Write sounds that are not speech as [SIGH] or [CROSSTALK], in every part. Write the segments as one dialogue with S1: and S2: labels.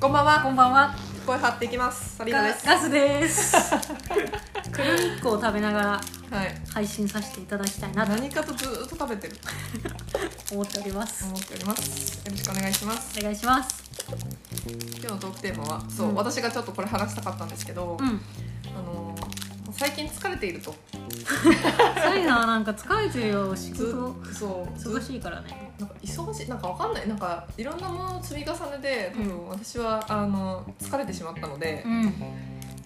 S1: こんばんは
S2: こんばんは。
S1: 声張っていきますサリーナ
S2: ガ
S1: です
S2: ガスです。クルミックを食べながら
S1: はい
S2: 配信させていただきたいなと
S1: 何かとずーっと食べてる
S2: 思っております。
S1: 思っておりますよろしくお願いします
S2: お願いします。
S1: 今日のトークテーマはそう、
S2: うん
S1: 私がちょっとこれ話したかったんですけど、
S2: うん。
S1: あのー最近疲れていると
S2: サリナはなんか疲れてるよ。仕
S1: ず
S2: 事
S1: そうず
S2: 忙しいからね。
S1: なんか忙しいなんかわかんないなんかいろんなものの積み重ねで多分私はあの疲れてしまったので
S2: う、ん。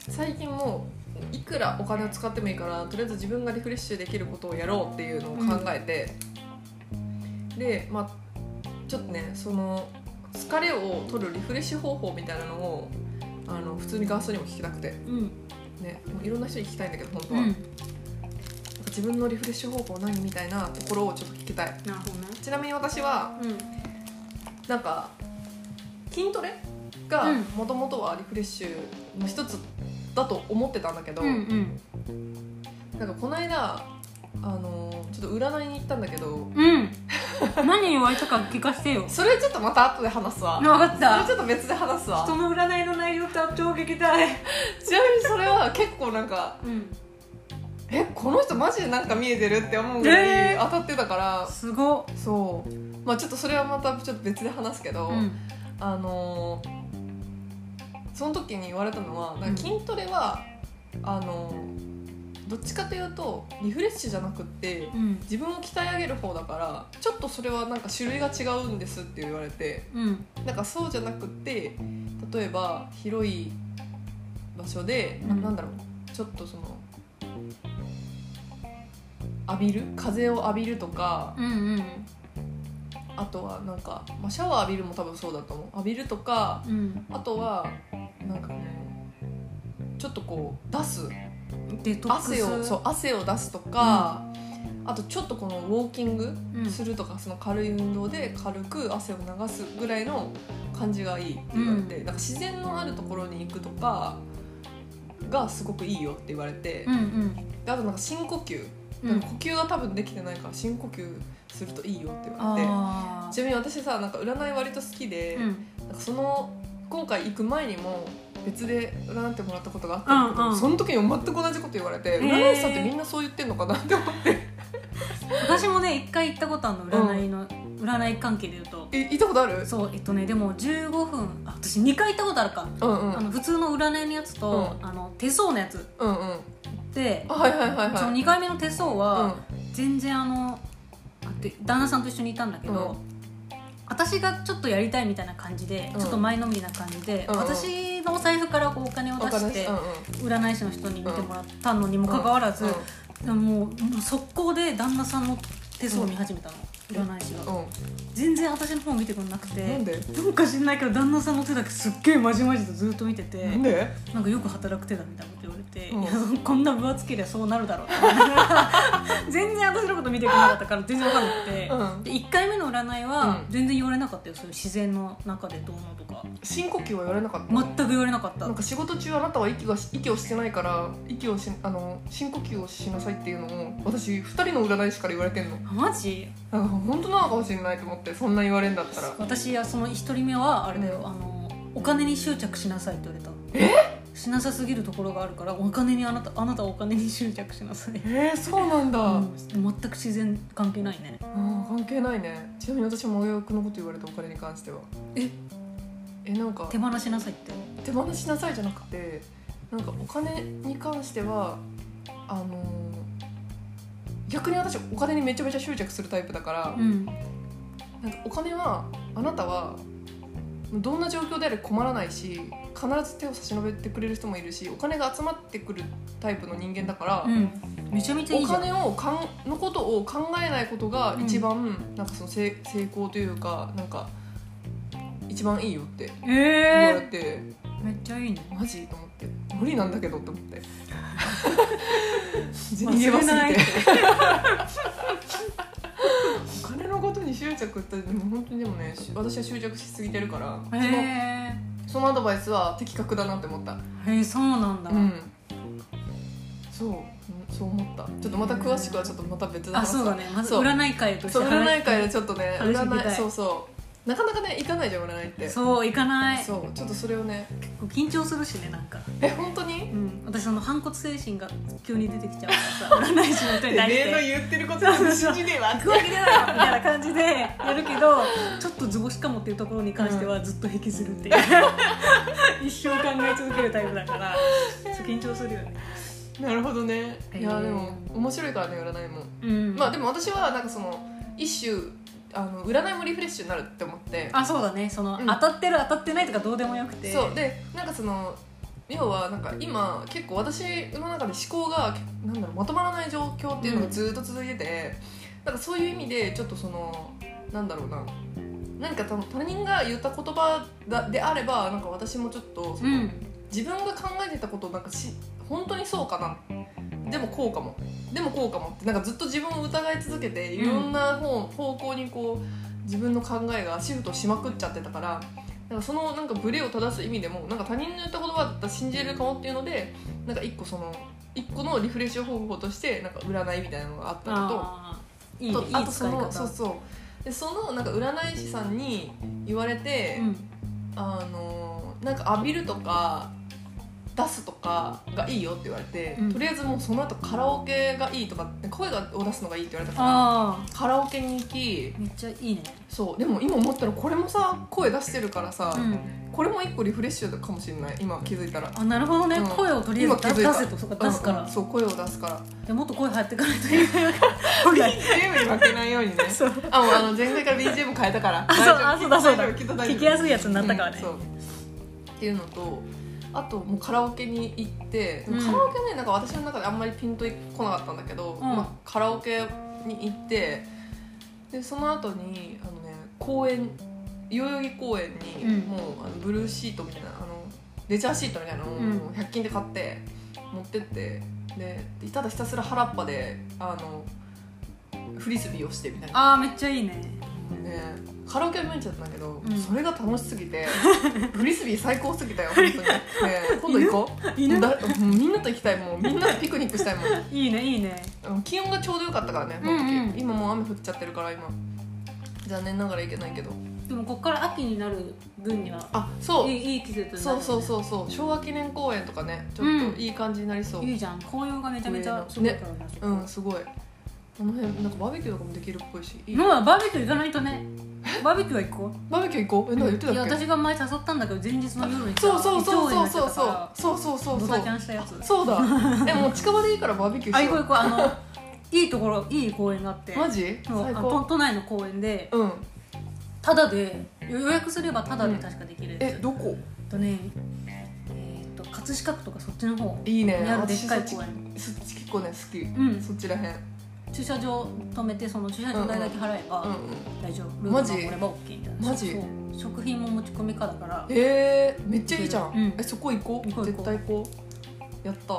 S1: 最近もういくらお金を使ってもいいからとりあえず自分がリフレッシュできることをやろうっていうのを考えて、でまあちょっとねその疲れを取るリフレッシュ方法みたいなのをあの普通にガーストにも聞きたくて、
S2: うん。
S1: ね、もういろんな人に聞きたいんだけど本当
S2: う
S1: は、
S2: ん。
S1: な
S2: なんる
S1: か自分のリフレッシュ方法何みたいなところをちょっと聞きたい
S2: ほ
S1: ちなみに私は
S2: どね。
S1: なんか筋トレがもともとはリフレッシュの一つだと思ってたんだけど、
S2: うん。うんうん。
S1: なんかこの間あのーちょっと占いに行ったんだけど
S2: うん。何言われたか聞かせてよ。
S1: それちょっとまた後で話すわ
S2: 分かっ
S1: それ
S2: た。
S1: ちょっと別で話すわ
S2: 人の占いの内容と超撃退。
S1: ちなみにそれは結構なんか
S2: うん。
S1: えこの人マジでなんか見えてるって思うぐらい
S2: え
S1: 当たってたから、
S2: すご。
S1: そうまあちょっとそれはまたちょっと別で話すけど、
S2: うん。
S1: あのーその時に言われたのはなんか筋トレは、あのーどっちかというとリフレッシュじゃなくって
S2: うん。
S1: 自分を鍛え上げる方だからちょっとそれはなんか種類が違うんですって言われて
S2: うん。
S1: なんかそうじゃなくって例えば広い場所で、な
S2: うん
S1: なんだろうちょっとその浴びる風を浴びるとか
S2: うんうん。
S1: あとはなんか、まあ、シャワー浴びるも多分そうだと思う浴びるとか
S2: うん。
S1: あとはなんかねちょっとこう出す
S2: デトックス。
S1: 汗をそう汗を出すとか、あとちょっとこのウォーキング
S2: うん。
S1: するとかその軽い運動で軽く汗を流すぐらいの感じがいいって言われて、なんか自然のあるところに行くとかがすごくいいよって言われて、
S2: うん
S1: であとなんか深呼吸、
S2: うん。
S1: なんか呼吸が多分できてないから深呼吸するといいよって言われて
S2: あ
S1: ちなみに私さなんか占い割と好きで、
S2: ーうん
S1: なんかその今回行く前にも別で占ってもらったことがあったんだけど、
S2: うんうん
S1: その時に全く同じこと言われて
S2: ー
S1: 占い師さんってみんなそう言ってんのかなって思って
S2: 私もね一回行ったことあるの占いの、占い関係で言うと
S1: え行ったことある
S2: そうえっとねでも15分あ私2回行ったことあるか、
S1: うんうん
S2: あの普通の占いのやつと、あの手相のやつ
S1: うんうん
S2: で、
S1: あはいはいはいはい
S2: その2回目の手相は、
S1: う
S2: 全然あのあで旦那さんと一緒にいたんだけど、私がちょっとやりたいみたいな感じで、
S1: うん
S2: ちょっと前のみな感じで、
S1: うんうん
S2: 私のお財布からこうお金を
S1: ん、
S2: 出して
S1: うんうん
S2: 占い師の人に見てもらったのにもかかわらず、でももうもう速攻で旦那さんの手相を見始めたの、
S1: うん
S2: 占い師が、
S1: うん
S2: 全然私の方見てくれなくて
S1: なんで
S2: なんか知んないけど旦那さんの手だけすっげえまじまじとずっと見てて
S1: なんで
S2: なんかよく働く手だみたいなこと言われて、
S1: うん
S2: いやそんこんな分厚けりゃそうなるだろうって思いながら [LAUGHS] 全然私のこと見てくれなかったから全然わかんなくて、
S1: うん
S2: で1回目の占いは
S1: うん
S2: 全然言われなかったよそういう自然の中でどうのとか
S1: 深呼吸は言われなかった、
S2: 全く言われなかった
S1: なんか仕事中あなたは息が息をしてないから息をしあの深呼吸をしなさいっていうのを私2人の占い師から言われてんの
S2: あマジ
S1: なんか本当なのかもしれないと思ってそんな言われんだったら
S2: 私はその一人目はあれだよ、
S1: うん
S2: あのお金に執着しなさいって言われたしなさすぎるところがあるからお金にあなたあなたはお金に執着しなさい、
S1: えー、そうなんだ、
S2: う
S1: うん
S2: ん全く自然関係ないね
S1: 関係ないねちなみに私も真逆のこと言われたお金に関しては
S2: え
S1: えなんか
S2: 手放しなさいって
S1: 手放しなさいじゃなくてなんかお金に関してはあのー逆に私お金にめちゃめちゃ執着するタイプだから、
S2: うん
S1: なんかお金はあなたはどんな状況であれ困らないし必ず手を差し伸べてくれる人もいるしお金が集まってくるタイプの人間だから、
S2: うんめちゃめちゃい
S1: お
S2: いじゃん
S1: 金をかんのことを考えないことが一番、なんかその成成功というかなんか一番いいよって言われ
S2: え
S1: て。
S2: ー、めっちゃいいね
S1: マジと思って無理なんだけどと思って
S2: [LAUGHS]
S1: 逃
S2: 忘
S1: げ
S2: れ
S1: 忘
S2: な
S1: れ [LAUGHS]
S2: い
S1: てお金のことに執着ってでも本当にでもねし私は執着しすぎてるから
S2: へ
S1: その
S2: え
S1: そのアドバイスは的確だなって思った
S2: ー、へーそうなんだ、
S1: うんそううんそう思ったちょっとまた詳しくはちょっとまた別で
S2: あ
S1: 話す
S2: そう
S1: わ
S2: だねまず
S1: そう
S2: 占い会として
S1: そう
S2: 話
S1: 占い会でちょっとね
S2: 話聞きたい
S1: 占いそうそうなかなかね行かないじゃん占いって
S2: そう行かない
S1: そうちょっとそれをね
S2: 結構緊張するしねなんか、
S1: え本当に
S2: うん、私その反骨精神が急に出てきちゃうか
S1: [LAUGHS]
S2: らさ占い師の人に対して
S1: 例の言ってることは信じねえ
S2: [LAUGHS]
S1: わ
S2: 行くわけねえだろみたいな感じでやるけどちょっと図星かもっていうところに関してはずっと引きずるっていう、 [LAUGHS] 一生考え続けるタイプだからちょっと緊張するよね
S1: なるほどねいや
S2: へえ
S1: でも面白いからね占いも
S2: うん
S1: まあでも私はなんかその一種あの占いもリフレッシュになるって思って
S2: あそうだねその、
S1: うん
S2: 当たってる当たってないとかどうでもよくて
S1: そうでなんかその要はなんか今結構私の中で思考がなんだろうまとまらない状況っていうのがずっと続いてて、なんかそういう意味でちょっとそのなんだろうな何か多分他人が言った言葉だであればなんか私もちょっとその、
S2: ん
S1: 自分が考えてたことをなんかし本当にそうかなでもこうかもでもこうかもってなんかずっと自分を疑い続けていろんな方,、方向にこう自分の考えがシフトしまくっちゃってたからなんかそのなんかブレを正す意味でもなんか他人の言った言葉だったら信じれるかもっていうのでなんか一個その一個のリフレッシュ方法としてなんか占いみたいなのがあったのと。
S2: あーいい
S1: と
S2: いい
S1: そ
S2: 使い
S1: の
S2: 方
S1: そうそうでそのなんか占い師さんに言われて、
S2: うん
S1: あのなんか浴びるとか出すとかがいいよって言われて、
S2: うん
S1: とりあえずもうその後カラオケがいいとかって声を出すのがいいって言われたから
S2: あ
S1: カラオケに行き
S2: あめっちゃいいね
S1: そうでも今思ったらこれもさ声出してるからさ、
S2: うん
S1: これも一個リフレッシュかもしれない今気づいたら。
S2: あなるほどね、
S1: うん
S2: 声をとりあえ
S1: 今気
S2: ず
S1: づい
S2: 出
S1: た
S2: 出せとそっか出すから、
S1: うんそう声を出すから [LAUGHS]
S2: でもっと声入ってかないといけないから
S1: BGM に負けないようにね
S2: [LAUGHS] そう
S1: あもうあの前回から BGM 変えたから
S2: あそうあそうだそうだ
S1: 大丈夫きっと大丈夫
S2: 聞きやすいやつになったからね、
S1: うんそうっていうのとあともうカラオケに行って、
S2: うん
S1: カラオケねなんか私の中であんまりピンとこなかったんだけど、
S2: ん
S1: まあ、カラオケに行ってでその後にあのね公園代々木公園に、
S2: うん
S1: もうあのブルーシートみたいなあのレジャーシートみたいなのを
S2: うん
S1: 100均で買って持ってってでただひたすら原っぱであのフリスビーをしてみたいな
S2: ああめっちゃいいね
S1: ねカラオケは無理ちゃったんだけど、
S2: うん
S1: それが楽しすぎ
S2: [LAUGHS]
S1: てフリスビー最高すぎたよ本当に、ねえ、今度行こう
S2: 犬
S1: だもうみんなと行きたいもうみんなとピクニックしたいもん
S2: いいねいいね
S1: あの気温がちょうどよかったからね、
S2: うんうん
S1: 僕今もう雨降っちゃってるから今残念ながら行けないけど
S2: でもこっから秋になる分には
S1: あそう
S2: いいいい季節になる
S1: そうそうそうそう昭和記念公園とかねちょっといい感じになりそう、うん
S2: いいじゃん紅葉がめちゃめちゃすごいからねそこ
S1: すごいあの辺なんかバーベキューとかもできるっぽいしいい
S2: まあバーベキュー行かないとねバーベキューは行こう
S1: バーベキュー行こうえなんか言って
S2: いや
S1: たっけ
S2: 私が前誘ったんだけど前日の夜に
S1: そうそうそうそうそう
S2: そ
S1: そううそうそうそう
S2: ド
S1: そう
S2: タキャンしたやつ
S1: そう
S2: [LAUGHS]
S1: だ。え、もう近場でいいからバーベキュー
S2: あ
S1: し
S2: 行こ
S1: よ
S2: う
S1: う。
S2: 行こうあのいいところいい公園があって
S1: マジ？
S2: もう
S1: 最
S2: あ都
S1: 高。
S2: 都内の公園で
S1: うん。
S2: タダで予約すればタダで確かできるやつ、
S1: え、どこ？
S2: えっとねえっと葛飾区とかそっちの方に
S1: いいね。
S2: あるでっかい
S1: 私そ
S2: 公園
S1: っちそっち結構ね好き。
S2: うん
S1: そっちらへん。
S2: 駐車場止めてその駐車場代だけ払えば、
S1: うんうん。
S2: 大丈夫ルー
S1: マ
S2: ル
S1: ジ
S2: 守れば OK みたいな
S1: マジ
S2: そう食品も持ち込みかだから
S1: えー、めっちゃいいじゃん。
S2: うん
S1: え、そこ行こう。
S2: 行こう行こ
S1: 絶
S2: う
S1: 対行こう。やった。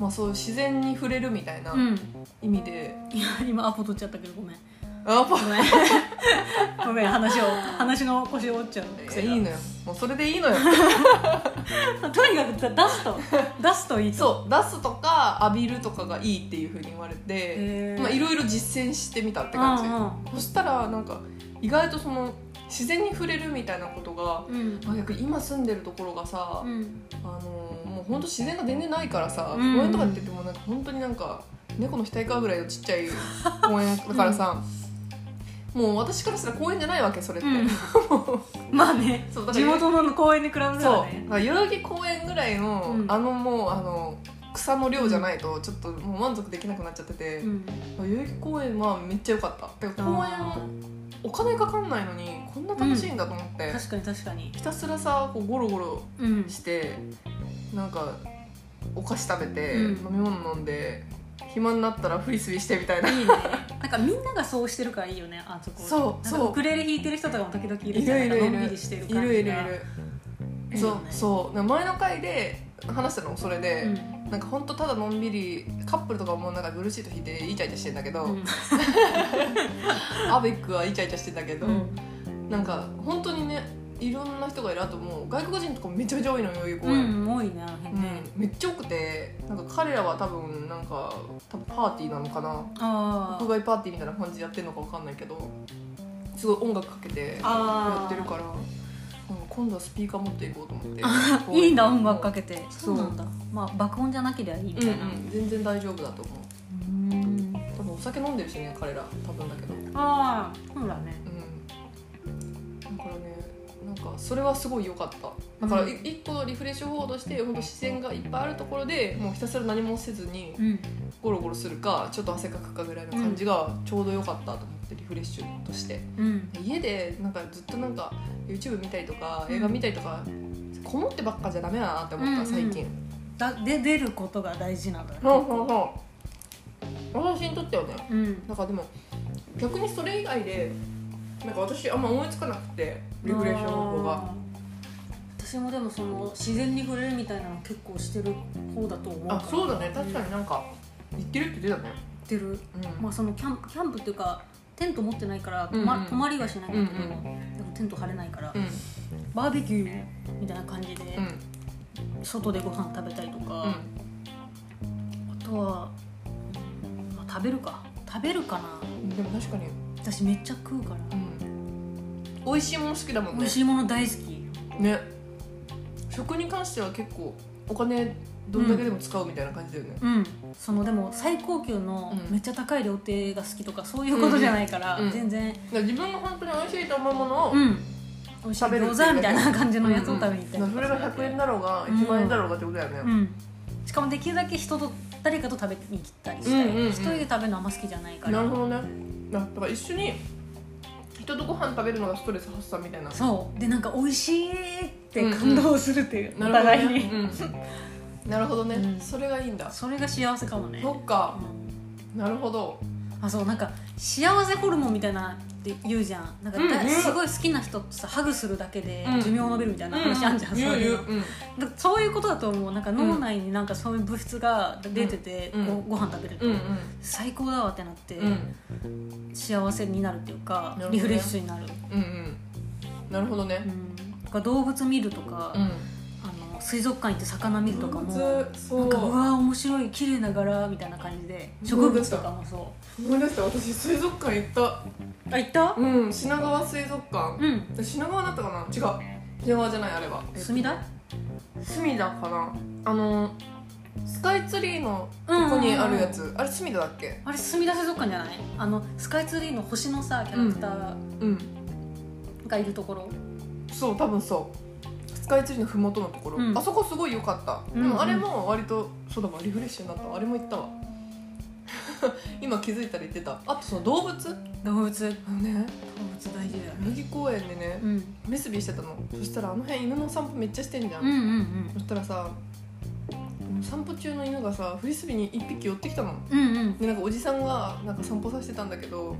S1: まあそういう自然に触れるみたいな
S2: うん
S1: 意味で。
S2: いや今アポ取っちゃったけどごめん
S1: あ、パ
S2: ごめんごめん話を話の腰を折っちゃう
S1: ッ。
S2: 癖
S1: い
S2: が
S1: いのよ。もうそれでいい
S2: [LAUGHS]
S1: のよ。
S2: とにかく出すと出すといいと
S1: そう、出すとか浴びるとかがいいっていう風に言われて、
S2: へー
S1: まあいろいろ実践してみたって感じ。そしたらなんか意外とその自然に触れるみたいなことが
S2: うんうん
S1: まあ逆に今住んでるところがさ、
S2: うん
S1: あのーもうほんと自然が全然ないからさ、
S2: うん
S1: 公園とかって言ってもなんか本当になんか猫の額かぐらいのちっちゃい公園だから
S2: [LAUGHS]
S1: さ、もう私からしたら公園じゃないわけそれって、
S2: うんまあ
S1: [LAUGHS]
S2: ね
S1: そうだか
S2: 地
S1: ら
S2: 元の公園に比べた
S1: そう
S2: らね
S1: だから代々木公園ぐらいの、
S2: うん
S1: あのもうあの草の量じゃないとちょっともう満足できなくなっちゃってて、
S2: うん
S1: 代々木公園はめっちゃ良かったてか公園お金かかんないのにこんな楽しいんだと思って、
S2: 確かに確かに
S1: ひたすらさこうゴロゴロ
S2: うん
S1: してなんかお菓子食べて、
S2: うん
S1: 飲み物飲んで暇になったらフリスビーしてみたいない
S2: いね [LAUGHS] なんかみんながそうしてるからいいよねあそこ
S1: そう
S2: なんか
S1: そう
S2: ウクレレ弾いてる人とかも時々いるじゃん
S1: いるいるいる
S2: なんかのんびりしてる
S1: い
S2: 感じが
S1: るいるいる
S2: いい
S1: そ
S2: よ
S1: う
S2: ね
S1: そうな前の回で話したのもそれで、
S2: うん
S1: なんかほんとただのんびりカップルとかもなんかブルーシート引いてイチャイチャしてんだけど、
S2: うん
S1: アベックはイチャイチャしてんだけど、
S2: うん
S1: なんか本当にねいろんな人がいるあともう外国人とかめちゃめちゃ多いのよ代々木公園、
S2: うん、多いねあの辺ね、
S1: うん、めっちゃ多くてなんか彼らは多分なんか多分パーティーなのかな
S2: ああ
S1: 屋外パーティーみたいな感じでやってるのかわかんないけどすごい音楽かけてや
S2: あ
S1: ってるからなんか今度はスピーカー持っていこうと思って
S3: いいんだ音楽かけて
S2: そうなんだ
S3: まあ爆音じゃなければいいみ
S1: う
S3: た
S1: ん
S3: いうな、
S1: ん全然大丈夫だと思
S3: う
S1: う
S3: ん
S1: 多分お酒飲んでるしね彼ら多分だけどうん
S2: ああそうだね
S1: だからねなんかそれはすごい良かっただから
S2: うん
S1: い一個リフレッシュ方法として本当視線がいっぱいあるところでもうひたすら何もせずに
S3: うん
S1: ゴロゴロするかちょっと汗かくかぐらいの感じがちょうど良かったと思ってリフレッシュとして
S3: うん
S1: 家でなんかずっとなんか YouTube 見たりとか
S3: うん
S1: 映画見たりとかこもってばっかじゃダメだなって思っ
S3: うん
S1: た最近
S2: だで出ることが大事なんだね
S1: そうそうそう私にとってはね
S2: うん
S1: なんかでも逆にそれ以外でなんか私あんま思いつかなくてリフレッシュ方法が
S2: あー私もでもその自然に触れるみたいなの結構してる方だと思うか
S1: あ
S2: ら
S1: そうだね確かになんか言ってるって言ってたね
S2: 言ってる
S1: うん
S2: まあそのキャンプキャンプっていうかテント持ってないから、
S1: うんうん
S2: ま、泊まりはしないんだけど、
S1: うんう
S2: でもテント張れないから、
S1: うん
S2: バーベキューみたいな感じで、
S1: うん
S2: 外でご飯食べたりとか、
S1: うん
S2: あとは、まあ、食べるか食べるかな
S1: でも確かに
S2: 私めっちゃ食うから、
S1: うん美味しいもの好きだもん
S2: 美
S1: ね
S2: 味しいもの大好き
S1: ね食に関しては結構お金どんだけでも使うみたいな感じだよね、
S2: うんそのでも最高級の
S1: うん
S2: めっちゃ高い料亭が好きとかそういうことじゃないから、
S1: うんうん
S2: 全然
S1: だから自分が本当に美味しいと思うものを、
S2: うん美味しい
S1: 食べるっていう
S2: 餃子みたいな感じのやつを食べに行ったり
S1: うん
S2: と
S1: そ
S2: か
S1: れが100円だろうが1万円だろうがってことだよね、
S2: うんしかもできるだけ人と誰かと食べに行ったりして、
S1: うんうんうん
S2: 一人で食べるのあんま好きじゃないから
S1: なるほどねだから一緒に人とご飯食べるのがストレス発散みたいな
S2: そうでなんか美味しいって感動するっていう、
S1: な
S2: お
S1: るほど
S2: 互いに、
S1: ね、うんなるほどね、
S2: うん
S1: それがいいんだ
S2: それが幸せかもね、
S1: そっか
S2: うん
S1: なるほど
S2: あそうなんか幸せホルモンみたいなって言うじゃんなんかだ、
S1: うんうん
S2: すごい好きな人とさハグするだけで
S1: うん
S2: 寿命を延びるみたいな話あんじゃん、
S1: う
S2: そ
S1: 言
S2: う
S1: う
S2: い
S1: 言
S2: う
S1: う
S2: の
S1: うん
S2: だからそういうことだと思うなんか脳内になんかそういう物質が出てて、
S1: うん
S2: こうご飯食べると、
S1: うん
S2: 最高だわってなって、
S1: うんうん
S2: 幸せになるっていうか、
S1: なるほどね
S2: リフレッシュになる、
S1: うんうんなるほどね
S2: うん、だから動物見るとか、
S1: うん
S2: あの水族館行って魚見るとかも
S1: 動物そう
S2: なんかうわー面白い綺麗な柄みたいな感じで植物とかもそ
S1: 思い出した私水族館行った
S2: うあ行った
S1: うん品川水族館
S2: うん
S1: 品川だったかな違う品川じゃないあれは
S2: 墨田
S1: 隅田かなあのスカイツリーのここにあるやつ、あれ隅田だっけ
S2: あれ墨田水族館じゃないあのスカイツリーの星のさキャラクター
S1: うん
S2: がいるところ、
S1: そう多分そうスカイツリーのふもとのところ、
S2: うん
S1: あそこすごい良かった、
S2: うんうん
S1: でもあれも割とそうだわリフレッシュになったわあれも行ったわ [LAUGHS] 今気づいたら言ってたあとその動物あ
S2: 動物動物
S1: のね
S2: 大事だよね、
S1: 右公園でね
S2: うん、
S1: 目スビしてたのそしたらあの辺犬の散歩めっちゃしてんじゃん、
S2: うんうんうん
S1: そしたらさ散歩中の犬がさフリスビーに1匹寄ってきたの
S2: うんうん
S1: でなんかおじさんがなんか散歩させてたんだけど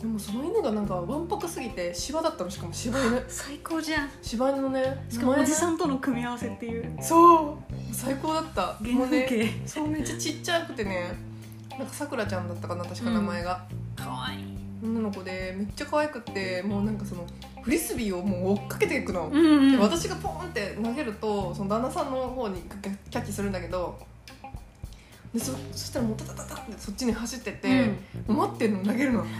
S1: でもその犬がなんかわんぱくすぎて芝だったのしかも芝
S2: [LAUGHS]
S1: 犬
S2: 最高じゃん
S1: 柴犬のね
S2: しかもおじさ
S1: ん
S2: んとの組み合わせっていう
S1: そう最高だった
S2: 原
S1: もう
S2: 風
S1: ね
S2: 景
S1: そうめっちゃちっちゃくてねなんかさくらちゃんだったかな確か名前が、
S2: かわいい
S1: 女の子でめっちゃ可愛くってもうなんかそのフリスビーをもう追っかけていくの、
S2: うんうん
S1: で私がポーンって投げるとその旦那さんの方にキャキャッチするんだけどでそそしたらもうタタタタってそっちに走ってって、もう待ってるの投げるのみ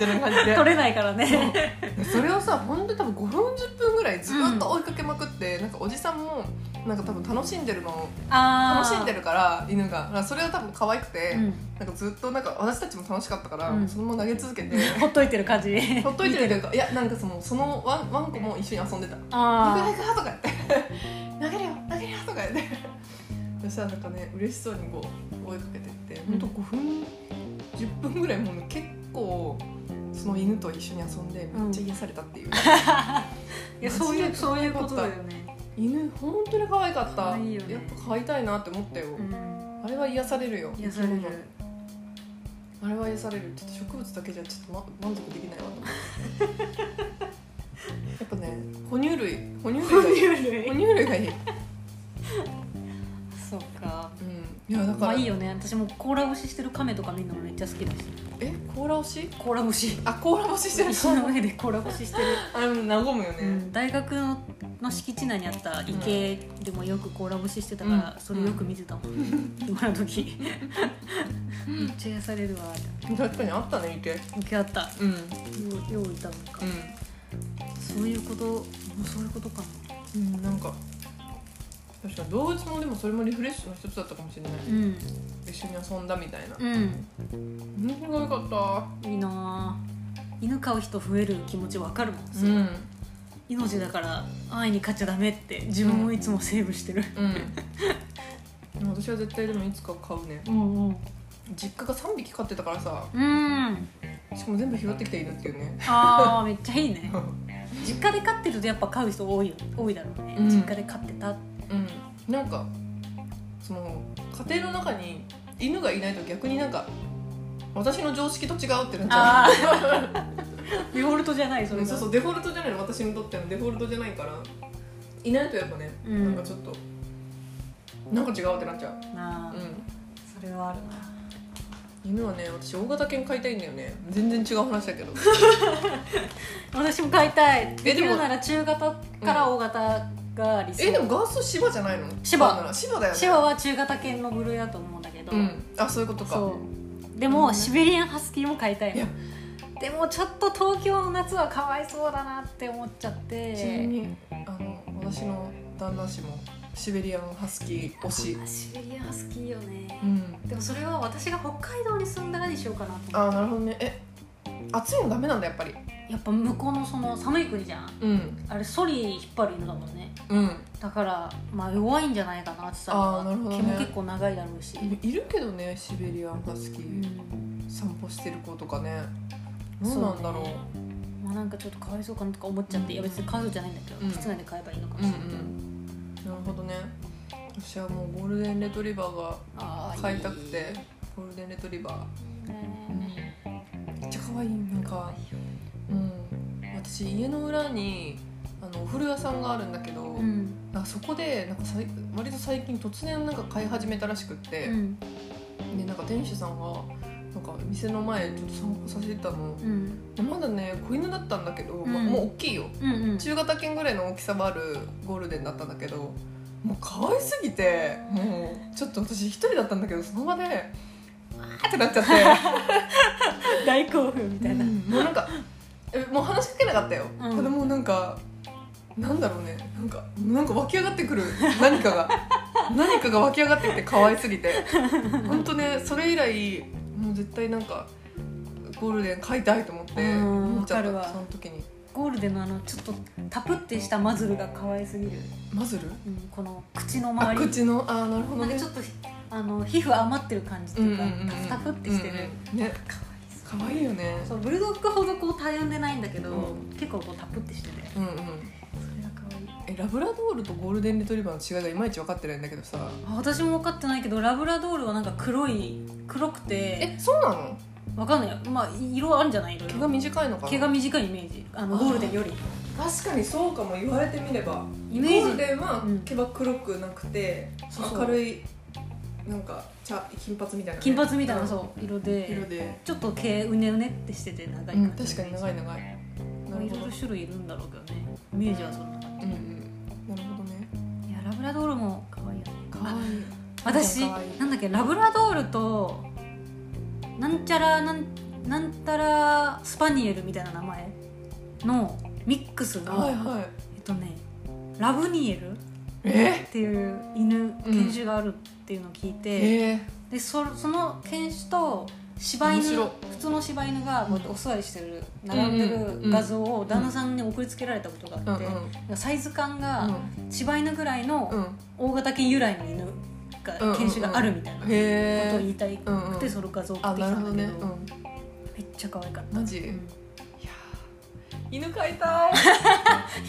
S1: たいな感じで
S2: 取れないからね
S1: それをさ本当に多分5分10分ぐらいずっと追いかけまくって、なんかおじさんもなんか多分楽しんでるの
S2: あ
S1: 楽
S2: ー
S1: しんでるから犬がだからそれは多分可愛くて、
S2: うん
S1: なんかずっとなんか私たちも楽しかったから、
S2: うん
S1: そのまま投げ続けて
S2: ほっといてる感じ
S1: ほっといてるというかいやなんかそのそのワンワンコも一緒に遊んでた「行く
S2: あ
S1: よ行くよ」とか言って「投げるよ投げるよ」とか言ってそしたらなんかね嬉しそうにこう追いかけてってほんと5分10分ぐらいもうね結構その犬と一緒に遊んでめっちゃ癒されたっていう。
S2: あいやそういうそういうことだよね
S1: 犬本当に可愛かった
S2: 可愛いよね
S1: やっぱ飼いたいなって思ったよ、
S2: うん
S1: あれは癒されるよ
S2: 癒される
S1: あれは癒されるちょっと植物だけじゃちょっとま満足できないわと思ってやっぱね哺乳類哺乳類がいい哺乳類がいい、うん、
S2: そうか
S1: いやだかか
S2: ま
S1: ら
S2: あいいよね私も甲羅押ししてる亀とか見るのもめっちゃ好きだし
S1: え甲羅押し
S2: 甲羅押し
S1: [LAUGHS] あ甲羅押ししてる
S2: 石の上で甲羅押しし
S1: [LAUGHS]
S2: てる、
S1: あれも和むよね、
S2: うん大学のの敷地内にあった池でもよく甲羅押ししてたから、
S1: うん
S2: それよく見てたもん、今
S1: [LAUGHS]
S2: の時めっちゃ癒されるわ
S1: 確かにあったね池
S2: 受けあったよ
S1: うんうん
S2: うよういたのか、そういうこともうそういうことかな
S1: うんなんか確かに動物もでもそれもリフレッシュの一つだったかもしれない
S2: うん
S1: 一緒に遊んだみたいな
S2: うん
S1: うんすごいか
S2: いいなあ犬飼う人増える気持ちわかるもん、
S1: ったうんうん
S2: 命だから安易に飼っちゃダメって自分もいつもセーブしてる、
S1: でも私は絶対でもいつか買うね
S2: うんうん
S1: 実家が3匹飼ってたからさ
S2: うん
S1: しかも全部拾ってきた犬っていうね
S2: あ [LAUGHS] あめっちゃいいね実家で飼ってるとやっぱ飼う人多いよ多いだろうね、
S1: うん
S2: 実家で飼ってたって
S1: うんなんかその家庭の中に犬がいないと逆になんか私の常識と違うってなっちゃう
S2: ああデフォルトじゃないそれ
S1: うん
S2: が
S1: そうそうデフォルトじゃないの私にとってのデフォルトじゃないからいないとやっぱね、
S2: うん
S1: なんかちょっとなんか違うってなっちゃう、
S2: なあ、
S1: う、
S2: それはあるなん
S1: 犬はね私大型犬飼いたいんだよね全然違う話だけ [LAUGHS] ど
S2: 私も飼いたい
S1: え
S2: で
S1: で
S2: き
S1: も
S2: るなら中型から大型が理想、
S1: えでもガース芝じゃないの
S2: 芝
S1: なら芝だよね
S2: シワは中型犬の部類だと思うんだけど、
S1: うんあそういうことか
S2: そうでも、
S1: うん
S2: シベリアンハスキーも飼いたい
S1: いや
S2: のでもちょっと東京の夏はかわいそうだなって思っちゃっ
S1: ちなみ
S2: て
S1: にあの私の旦那氏もシベリアンハスキー推し
S2: あシベリアンハスキーよね
S1: うん
S2: でもそれは私が北海道に住んだらにしようかなと思
S1: あなるほどねえ暑いのダメなんだやっぱり
S2: うやっぱ向こうのその寒い国じゃん
S1: うん
S2: あれソリ引っ張る犬だもんね
S1: うん
S2: だからまあ弱いんじゃないかなってさ
S1: あーなるほどね
S2: 毛も結構長いだろうし、
S1: いいるけどねシベリアンハスキ
S2: う
S1: ー
S2: ん
S1: 散歩してる子とかねどうなんだろう
S2: そうねまあ、なんかちょっとかわいそうかなとか思っちゃって、いや別に家族じゃないんだけど、
S1: うん
S2: 室内で飼えばいいのかも
S1: うんう
S2: しれ
S1: ん
S2: ない、
S1: なるほどね私はもうゴールデンレトリバーが
S2: あー
S1: 飼いたくてゴールデンレトリバ
S2: いいね
S1: ー、めっちゃ可愛いなんかうん私家の裏にあのお風呂屋さんがあるんだけど、
S2: うん
S1: あそこでなんかさい割と最近突然なんか飼い始めたらしくっ
S2: う
S1: て、
S2: ん
S1: でなんか店主さんがなんか店の前ちょっと散歩させてたの
S2: うん
S1: でまだね子犬だったんだけど、まあ
S2: うん
S1: もう大きいよ
S2: うんうん
S1: 中型犬ぐらいの大きさもあるゴールデンだったんだけどもう可愛すぎてもうちょっと私一人だったんだけどその場でわーってなっちゃって
S2: 大興奮み
S1: うんもうなんかえもう話しかけなかったよ、
S2: うん
S1: ただもうなんかなんだろうねなんかなんか湧き上がってくる何か
S2: [LAUGHS]
S1: が何かが湧き上がってきて可愛すぎて本当ねそれ以来もう絶対なんかゴールデン飼いたいと思って
S2: うん
S1: 思っちゃっ
S2: わかる
S1: た
S2: わ
S1: その時に
S2: ゴールデンのあのちょっとタプってしたマズルが可愛すぎる、
S1: マズル
S2: うん、この口の
S1: あ
S2: 周り
S1: 口のあーなるほど
S2: なん
S1: ね
S2: かちょっとあの皮膚余ってる感じっていうか、タフタフってしてる、
S1: うんうんね
S2: 可愛い
S1: 可愛いよね
S2: そうブルドッグほどこうたゆんでないんだけど、
S1: う
S2: 結構こうタプってしてて
S1: うんうん
S2: それが可愛い
S1: えラブラドールとゴールデンレトリバーの違いがいまいち分かってないんだけどさ
S2: あ私も分かってないけどラブラドールはなんか黒い黒くて
S1: えそうなの
S2: 分かんないまあ色あるんじゃない色
S1: 毛が
S2: 々
S1: 短いのかな
S2: 毛が短いイメージあのゴールデンより
S1: 確かにそうかも言われてみれば
S2: イメージ
S1: ゴールデンは
S2: うん
S1: 毛は黒くなくて、
S2: そうそう
S1: 明るいなんか茶金髪みたいなね、
S2: 金髪みたいな
S1: うん
S2: そう色で
S1: 色で、
S2: ちょっと毛うねうねってしてて長い
S1: うん、
S2: 感じ
S1: 確かに長い長いなる
S2: い
S1: ほ
S2: ろい
S1: ど
S2: ろ種類いるんだろうけどねイメージはそんな感
S1: うんうんなるほどね
S2: じいやラブラドールも可愛いよね
S1: 可愛い
S2: あ私
S1: 可愛い
S2: なんだっけラブラドールとなんちゃらなんなんたらスパニエルみたいな名前のミックスが、
S1: はいはい
S2: えっとねラブニエルっ
S1: え
S2: ていう犬
S1: うん
S2: 犬種があるっていうのを聞いて、
S1: え
S2: でそその犬種と柴犬
S1: 面白い
S2: 普通の柴犬がこうやってお座りしてる並んで
S1: うんうんう
S2: る
S1: ん
S2: 画像を旦那さんに送りつけられたことが
S1: うん
S2: あ
S1: う
S2: っ
S1: ん
S2: て、サイズ感が
S1: う
S2: 柴犬ぐらいの
S1: ん
S2: 大型犬由来の犬
S1: うんうんう
S2: が
S1: ん
S2: 犬種があるみたいな
S1: う
S2: こ
S1: ん
S2: とを
S1: へ
S2: 言
S1: え
S2: いたい
S1: うんう
S2: く
S1: ん
S2: てその画像を送
S1: あ
S2: ってき
S1: なる
S2: たん
S1: ほ
S2: だ
S1: ど
S2: け
S1: ね
S2: ど
S1: うん
S2: めっちゃ可愛かった、
S1: マジ
S2: うん
S1: いやー犬飼いたい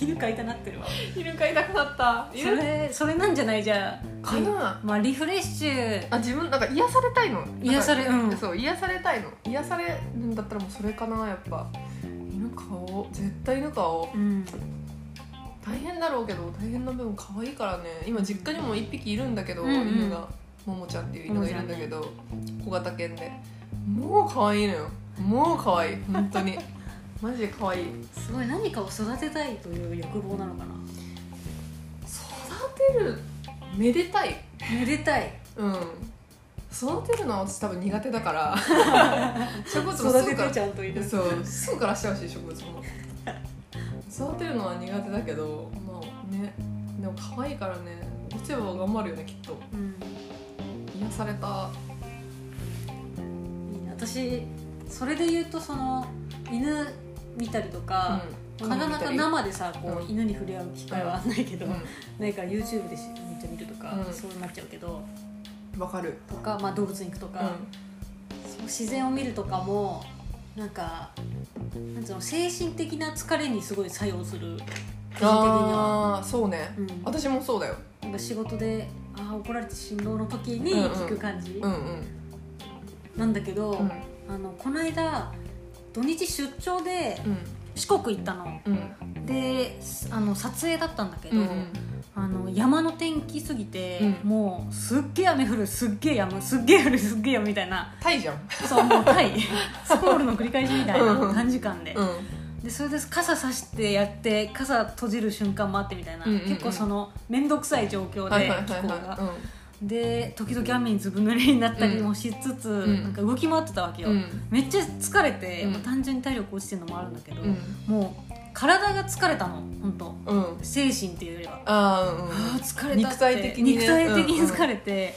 S2: 犬飼いたなってるわ
S1: 犬飼いたくなった
S2: そ
S1: 犬
S2: れそれなんじゃないじゃあ
S1: かな
S2: まあリフレッシュ
S1: あ自分なんか癒されたいの
S2: 癒され
S1: なんか
S2: うん
S1: そう癒されたいの癒されるんだったらもうそれかなやっぱ犬飼おう絶対犬飼おう
S2: うん
S1: 大変だろうけど大変な分可愛いからね今実家にも一匹いるんだけど、
S2: うんうん
S1: 犬がももちゃんっていう犬がいるんだけど小型犬でもう可愛いのよもう可愛い本当
S2: [LAUGHS]
S1: にマジで可愛い
S4: すごい何かを育てたいという欲望なのかな
S1: 育てるめでたい
S4: めでたい
S1: うん育てるのは私多分苦手だから植物も
S4: 育
S1: す
S4: て
S1: ぐ
S4: て
S1: から
S4: ちゃんといる
S1: そうすぐからしてほしい植物も育てるのは苦手だけどまあねでも可愛いからね落ち葉は頑張るよねきっと
S4: うん
S1: 癒された
S4: いいな私それで言うとその犬見たりとか、
S1: うん
S4: なかなか生でさこう、
S1: うん
S4: 犬に触れ合う機会はないけど、
S1: うんわ、
S4: なんか YouTube でしめっちゃ見るとか、
S1: うん
S4: そうなっちゃうけど
S1: かる
S4: とか、まあ、動物に行くとか、その自然を見るとかもなんかなんつうの精神的な疲れにすごい作用する個人的には、
S1: ああそうね、
S4: うん、
S1: 私もそうだよ
S4: なんか仕事でああ怒られて振動の時に聞く感じ
S1: うんうん
S4: なんだけど、
S1: うん
S4: あのこの間土日出張で
S1: うん
S2: 四国行ったの
S1: うん
S2: ですあの撮影だったんだけど、
S1: うん
S2: あの山の天気すぎて、
S1: うん
S2: もうすっげえ雨降るすっげえやむすっげえ降るすっげえやむみたいな
S1: タイじゃん
S2: そうもうタイ
S1: [LAUGHS]
S2: スコールの繰り返しみたいな
S1: うん
S2: 短時間で,、
S1: うん
S2: でそれで傘さしてやって傘閉じる瞬間もあってみたいな、
S1: うんうんうん
S2: 結構その面倒くさい状況
S1: はい
S2: で
S1: はい
S2: 気
S1: はい
S2: 候
S1: は
S2: が
S1: いうん
S2: で時々雨にずぶ濡れになったりもしつつ、
S1: ん
S2: なんか動き回ってたわけよ、
S1: うん
S2: めっちゃ疲れて、
S1: うん
S2: まあ単純に体力落ちてるのもあるんだけど、
S1: うん
S2: もう体が疲れたの本当
S1: うん
S2: 精神っていうよりは
S1: あーうんうん
S2: あー疲れたって
S1: 肉体的にね
S2: 肉体的に疲れて、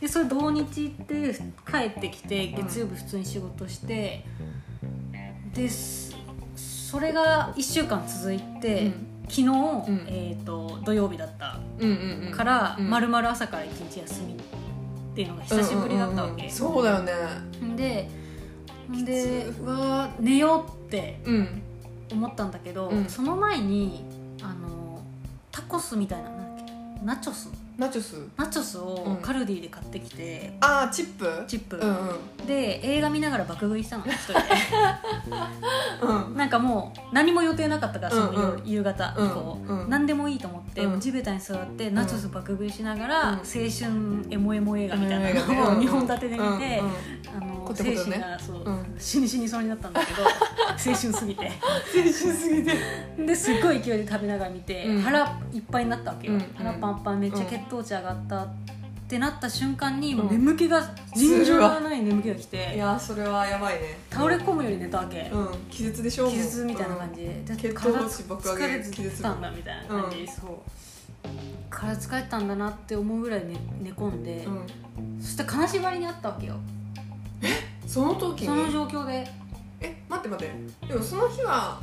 S2: でそれ同日行って帰ってきて月曜日普通に仕事してですそれが1週間続いて、昨日、
S1: ん
S2: えー、と土曜日だった
S1: うんうんうん
S2: から、
S1: うん
S2: 丸々朝から一日休みっていうのが久しぶりだったわけ、
S1: うんうんうんそうだよね
S2: でで
S1: きつ
S2: うわー寝ようって
S1: うん
S2: 思ったんだけど、
S1: うん
S2: その前にあのタコスみたいななんだっけナチョス
S1: ナチョス
S2: ナチョス
S1: うん
S2: をカルディで買ってきて、
S1: あーチップ
S2: チップ、
S1: うんうん
S2: で映画見ながら爆食いしたの一人で
S1: [LAUGHS] うん
S2: なんかもう何も予定なかったからその
S1: うんうん
S2: 夕夕方以降、
S1: うんうん
S2: 何でもいいと思って、
S1: うん
S2: 地べたに座ってナチョス爆食いしながら、
S1: うん
S2: 青春エモエモ映画みたいな [LAUGHS] のを2本立てで見て、あの
S1: こってこ
S2: 精
S1: と
S2: 神
S1: ね
S2: がそう、
S1: うんうんうん
S2: 死に死にそうになったんだ
S1: [LAUGHS]
S2: けど青春すぎて
S1: 青春すぎて
S2: ですっごい勢いで食べながら見て、
S1: うん
S2: 腹いっぱいになったわけよ、
S1: うん
S2: 腹パンパンめっちゃ血糖値上がったってなった瞬間に、
S1: うん
S2: 眠気が尋常がない眠気が来
S1: い
S2: て
S1: やーそれはやばいね
S2: 倒れ込むより寝たわけ、
S1: うん気絶でしょ
S2: 気絶みたいな感
S1: じ
S2: じで、だっ
S1: 血
S2: て
S1: 糖
S2: 体
S1: 値爆上げ気
S2: 疲れて
S1: 絶
S2: たんだみたいな感じ、
S1: うん
S2: そう体疲れてたんだなって思うぐらい寝寝込んで、
S1: うん
S2: そして悲しばりにあったわけよ
S1: その時
S2: その
S1: に
S2: 状況で
S1: え待って待ってでもその日は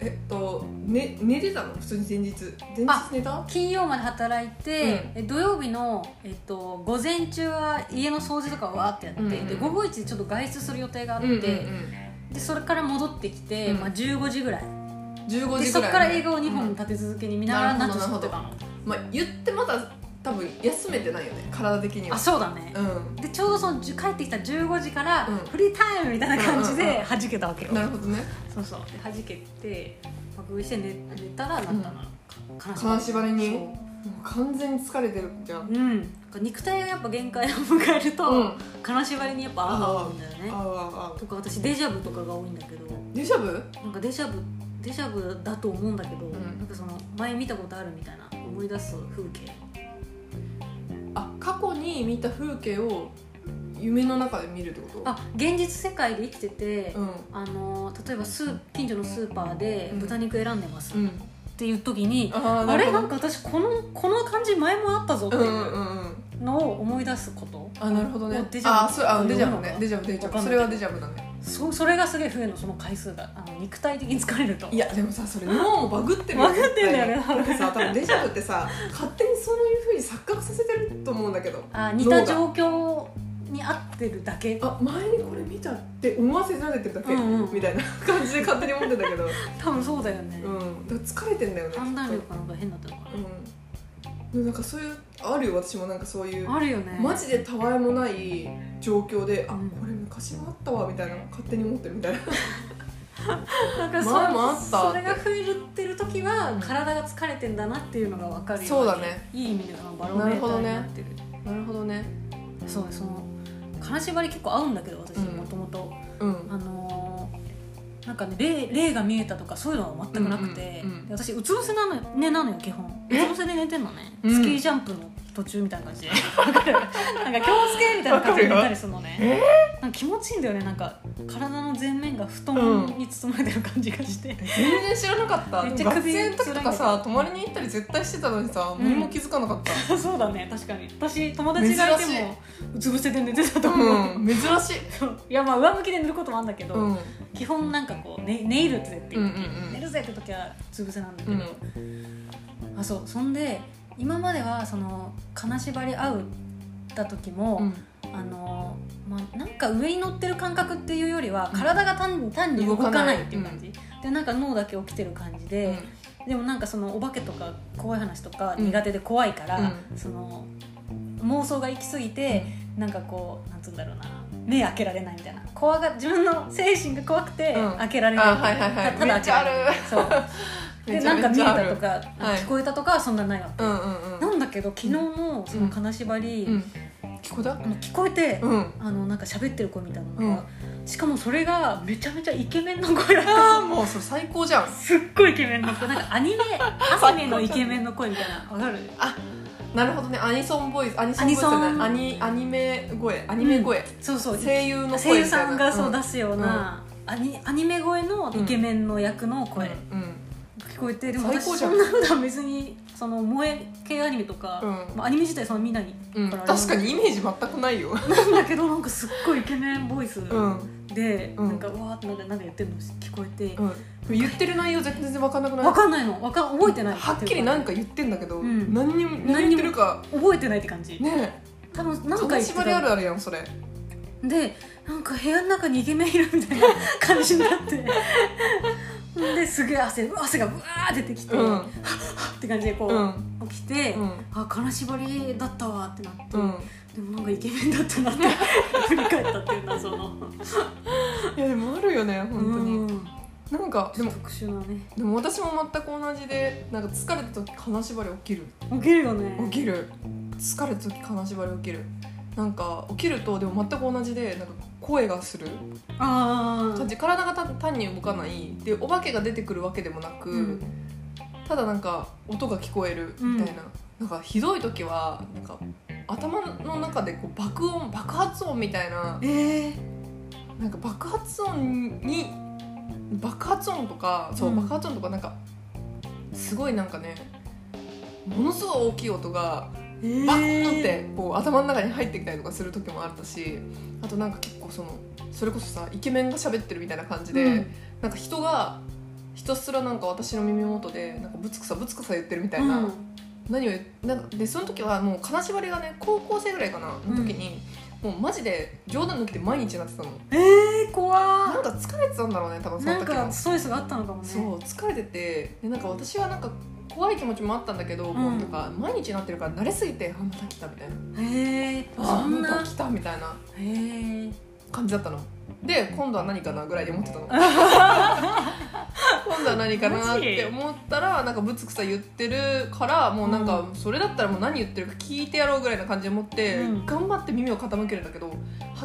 S1: えっと寝寝てたの普通に前日前
S2: あ
S1: 日寝た
S2: 金曜まで働いて、え土曜日の、えっと、午前中は家の掃除とかをわーってやって、
S1: うんうん
S2: で午後一でちょっと外出する予定があって、
S1: うんうんうん
S2: でそれから戻ってきて、
S1: うん
S2: まあ、15時ぐらい
S1: 15
S2: で
S1: 時
S2: そ
S1: ぐらい
S2: こから映画を2
S1: 二
S2: 本立て続けに見ながら
S1: な
S2: ナ
S1: る
S2: チ
S1: ほ
S2: ョ
S1: ど
S2: スってたの、
S1: まあ言ってまだ多分休めてないよね体的には
S2: あそうだね、
S1: う
S2: でちょうどそのじゅ帰ってきた15時から、
S1: うん
S2: フリータイムみたいな感
S1: う
S2: じ
S1: んうんう
S2: で
S1: ん
S2: 弾けたわけよ、
S1: んなるほどね
S2: そうそうで弾けて爆食いして寝寝たらなったの、
S1: 金縛りに
S2: そ
S1: もう完全に疲れてるじゃん
S2: ううん、なんか肉体がやっぱ限界を迎えると、
S1: うん
S2: 金縛りにやっぱあああうんだよね
S1: あああ
S2: とか私デジャブとかが多いんだけど
S1: デジャブ
S2: なんかデジャブデジャブだと思うんだけど、
S1: ん
S2: なんかその前見たことあるみたいな思い出す風景
S1: あ過去に見た風景を夢の中で見るってこと
S2: あ現実世界で生きてて、
S1: うん
S2: あの例えばスー近所のスーパーで
S1: うん
S2: 豚肉選んでます
S1: う
S2: っ
S1: ん
S2: ていう時に、
S1: あー
S2: あれ
S1: るほ
S2: な
S1: ど
S2: んか私このこの感じ前もあったぞって
S1: うんうん
S2: いう
S1: うんうん
S2: のを思い出すこと、
S1: あなるほどね
S2: もうデジャブ
S1: あそうあデジャブね
S2: うん
S1: デジャブデジャ
S2: わか
S1: ブ
S2: ん
S1: そ
S2: ない
S1: れはデジャブだね
S2: そそれがすげえ増えるのその回数があの肉体的に疲れると
S1: いやでもさそれ脳もバグってるよ
S2: バグってんだよね
S1: 絶対にだってさ多分デジャブってさ勝手にそういうふうに錯覚させてると思うんだけど
S2: あ似た状況に合ってるだけ
S1: あ前にこれ見たって思わせられてるだけ、
S2: うんうん
S1: みたいな感じで勝手に思ってた
S2: [LAUGHS]
S1: けど、
S2: 多分そうだよね、
S1: うん、だから疲れてんだよね
S2: 判断
S1: きっ
S2: 力かなんか変だったのか
S1: とうんでもなんかそういうあるよ私もなんかそういう
S2: なあるよね
S1: マジでたわいもない状況で、
S2: うん
S1: あこれ昔もあったわみたいな勝手に思ってるみ
S2: [LAUGHS]
S1: たいな
S2: なんかそ
S1: 前もあったって
S2: それが増えるってる時
S1: う
S2: は
S1: ん
S2: 体が疲れてんだなっていうのが分かるよ
S1: そうだね
S2: いい意味でのバロメーターになってる
S1: なるほどね
S2: そうその金縛り結構合うんだけど私
S1: うん
S2: もともと
S1: うん
S2: あのーなんかね霊霊が見えたとかそういうのは全くなくて、
S1: うんうんうん
S2: で私うつ伏せなのよ,、ね、なのよ基本うつ伏せで寝てんのね、
S1: うん
S2: スキージャンプの途中みたいな感じで [LAUGHS] わかるなんか京介みたいな感じで寝たりするのねなんか気持ちいいんだよねなんか体の前面が布団に包まれてる感じがして、
S1: [LAUGHS] 全然知らなかった
S2: めっちゃ
S1: 学
S2: 首
S1: 生の時とかさ泊まりに行ったり絶対してたのにさ
S2: うん
S1: 何も気づかなかった、
S2: そうだね確かに私友達がいて
S1: 珍しい
S2: もうつ伏せで寝てたと思う、
S1: うん、珍しい、
S2: そう [LAUGHS] いやまあ上向きで寝ることもあるんだけど、
S1: うん、うん
S2: 基本なんかこう、ね、寝るぜって
S1: う
S2: い
S1: ん
S2: う、
S1: う
S2: 寝
S1: ん
S2: るぜって時はうつ伏せなんだけど、あそうそんで今まではその金縛り合うた時も、
S1: うん
S2: あのまあ、なんか上に乗ってる感覚っていうよりは体が単に単に動
S1: 動か
S2: か
S1: な
S2: ないいっていう感じ、でなんか脳だけ起きてる感じで、でもなんかそのお化けとか怖い話とか苦手で怖いから、
S1: う
S2: その妄想が行き過ぎてなんかこうなんつうんだろうな目開けられないみたいな怖が自分の精神が怖くて
S1: うん
S2: 開けられない、
S1: あはいはいはい
S2: ただ
S1: めっちゃある
S2: そう
S1: め
S2: で
S1: ちゃ
S2: なん
S1: め
S2: か見
S1: ち
S2: え
S1: ゃあ
S2: た
S1: る
S2: とか、
S1: はい
S2: 聞こえたとかはそんなないわけ、
S1: うんうんうん
S2: なんだけど昨日のその金縛り、
S1: うん聞こえた
S2: あの聞こえて、
S1: うん
S2: あのなんか喋ってる声みたいなのが、しかもそれがめちゃめちゃイケメンの声だった
S1: あーもうそれ最高じゃん
S2: すっごいイケメンの声なんかア
S1: [LAUGHS]
S2: ニメアニメのイケメンの声みたいなわかる
S1: なるほどねアニソンボイスアニソンボイスじゃないアニアニメ声アニメ声、
S2: そうそう
S1: 声優の声みたいな
S2: 声優さんがそう出すような、アニアニメ声のイケメンの役の
S1: うん
S2: 声、
S1: うん
S2: 聞こえてでも
S1: 最
S2: 私
S1: 高じゃ
S2: そ
S1: ん
S2: んなんだ別にその萌え系アニメとか、
S1: うん
S2: まあ、アニメ自体そのみんなに
S1: うん、
S2: から
S1: 確かにイメージ全くないよ、
S2: なんだけどなんかすっごいイケメンボイス
S1: うん
S2: で、
S1: うん
S2: なんかうわーってなんかなんか言ってるの聞こえて、
S1: うん、言ってる内容全然分かんなくない
S2: わかんないのわかん覚えてない
S1: はっきり何か言ってんだけど、
S2: うん
S1: 何にも何言ってるか
S2: 覚えてないって感じ、
S1: ね
S2: 多分
S1: え
S2: なんか言
S1: 金
S2: って
S1: 縛
S2: た
S1: りあるあるやんそれ
S2: でなんか部屋の中にイケメンいるみたいな感じになってですげえ汗汗がぶわー出てきて、
S1: うん
S2: はっはっって感じでこ
S1: う
S2: う、
S1: ん
S2: 起きて、
S1: うん
S2: あ金縛りだったわってなって、
S1: うん
S2: でもなんかイケメンだったなって
S1: [LAUGHS]
S2: 振り返ったっていう謎の本
S1: いやでもあるよね本当に、なんかでも
S2: 特殊なね
S1: でも私も全く同じでなんか疲れた時金縛り起きる
S2: 起きるよね
S1: 起きる疲れた時金縛り起きるなんか起きるとでも全く同じでなんか声がする
S2: あ
S1: 感じ体が単単に動かないでお化けが出てくるわけでもなく、ただなんか音が聞こえるみたいな、なんかひどい時はなんか頭の中でこう爆音爆発音みたいな
S2: えー、
S1: なんか爆発音に爆発音とかそう、
S2: うん
S1: 爆発音とかなんかすごいなんかねものすごい大きい音が
S2: えー、
S1: バーンってこう頭の中に入ってきたりとかする時もあったしあとなんか結構そのそれこそさイケメンが喋ってるみたいな感じで、
S2: うん
S1: なんか人がひたすらなんか私の耳元でなんかぶつくさぶつくさ言ってるみたいな、
S2: うん
S1: 何を言うなんかでその時はもう金縛りがね高校生ぐらいかなの時に、もうマジで冗談抜きで毎日なってたの
S2: えー、怖
S1: な
S2: っ
S1: んか疲れてたんだろうね多分その
S2: なん
S1: 時は
S2: かストレスがあったのかもね
S1: そう疲れててでなんか私はなんか怖い気持ちもあったんだけど、
S2: ん
S1: もうなんか毎日なってるから慣れすぎてあまた来たみたいな
S2: へえ
S1: あ
S2: そん
S1: ま
S2: な
S1: た来たみたいな
S2: へえ
S1: 感じだったので今度は何かなぐらいで思って
S2: [LAUGHS]
S1: たの今度は何かなって思ったらなんかぶつくさ言ってるからもうなんかそれだったらもう何言ってるか聞いてやろうぐらいな感じで思って、
S2: うん
S1: 頑張って耳を傾けるんだけどは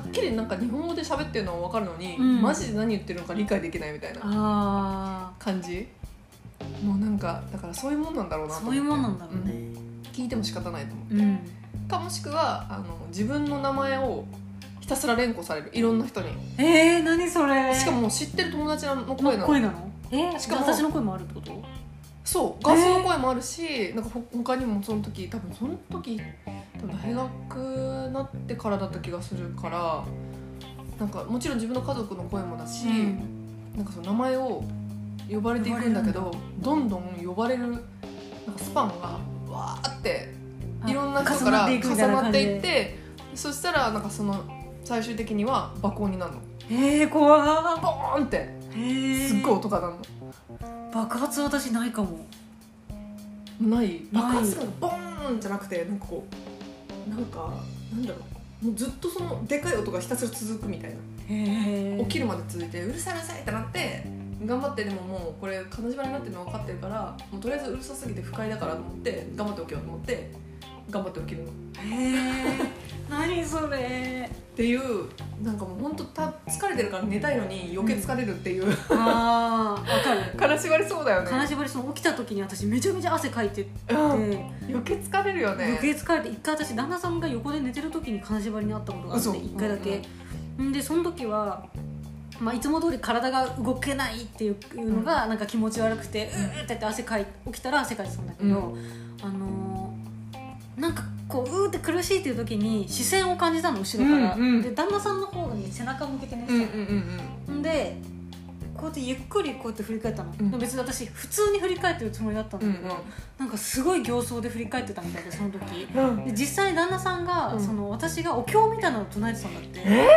S1: っきりなんか日本語で喋ってるのは分かるのに、
S2: うん
S1: マジで何言ってるのか理解できないみたいな
S2: あ
S1: 感じもうなんかだからそういうもんなんだろう
S2: あ
S1: なと
S2: そ
S1: 思っ
S2: う
S1: て
S2: いうもんなんだろうね
S1: 聞いても仕方ないと思って、
S2: うん
S1: かもしくはあの自分の名前をひたすら連呼されるいろんな人に。
S2: えー、何それ
S1: しかも知ってる友達の声な
S2: 声
S1: の
S2: なの声なのえー、
S1: し
S2: し
S1: か
S2: か
S1: も
S2: も私の声もあるってこと
S1: そうガスの声もあるし、なんかほ他にもその時多分その時多分大学になってからだった気がするからなんかもちろん自分の家族の声もだし、
S2: うん
S1: なんかその名前を呼ばれていくんだけどどんどん呼ばれるなんかスパンがわーっていろんな人から
S2: あ
S1: 重
S2: 重
S1: な
S2: な
S1: っ
S2: ってて
S1: い
S2: い
S1: っ
S2: って
S1: そしたらなんかその最終的には爆音になるの
S2: えー、怖っ
S1: ボーンって
S2: えー、
S1: すっごい音が鳴るの。
S2: 爆発私ないかも
S1: ない
S2: ない
S1: 爆発がボーンじゃなくてなんかこうなんかなんだろうもうずっとそのでかい音がひたすら続くみたいな、
S2: へえ
S1: 起きるまで続いてうるさいうるさいってなって頑張ってでももうこれ金縛りになってるの分かってるからもうとりあえずうるさすぎて不快だからと思って頑張って起きようと思って頑張って起きるの
S2: へえ何
S1: [LAUGHS]
S2: それ
S1: っていうなんかもう本当た疲れてるから寝たいのに余計疲れるっていう、
S2: あーわかる
S1: 悲しがりそうだよね
S2: 金縛りその起きた時に私めちゃめちゃ汗かいてて、
S1: うん余計疲れるよね
S2: 余計疲れて一回私旦那さんが横で寝てる時に金縛りにあったことがあって
S1: あそう
S2: 一回だけ、んでその時は、まあ、いつも通り体が動けないっていうのがなんか気持ち悪くて、うーってやって汗かい起きたら汗かいてたんだけど、
S1: う
S2: あのーなんかこううーって苦しいっていう時に視線を感じたの後ろから、
S1: うんうん
S2: で旦那さんの方に背中向けて寝てた
S1: うん
S2: の
S1: うんうん
S2: んでこうやってゆっくりこうやって振り返ったの、
S1: うん
S2: でも別に私普通に振り返ってるつもりだったんだ
S1: う
S2: け
S1: ん
S2: ど、なんかすごい形相で振り返ってたみたいでその時
S1: うんうん
S2: で実際旦那さんが、
S1: うん
S2: その私がお経みたいなのを唱えてたんだって
S1: え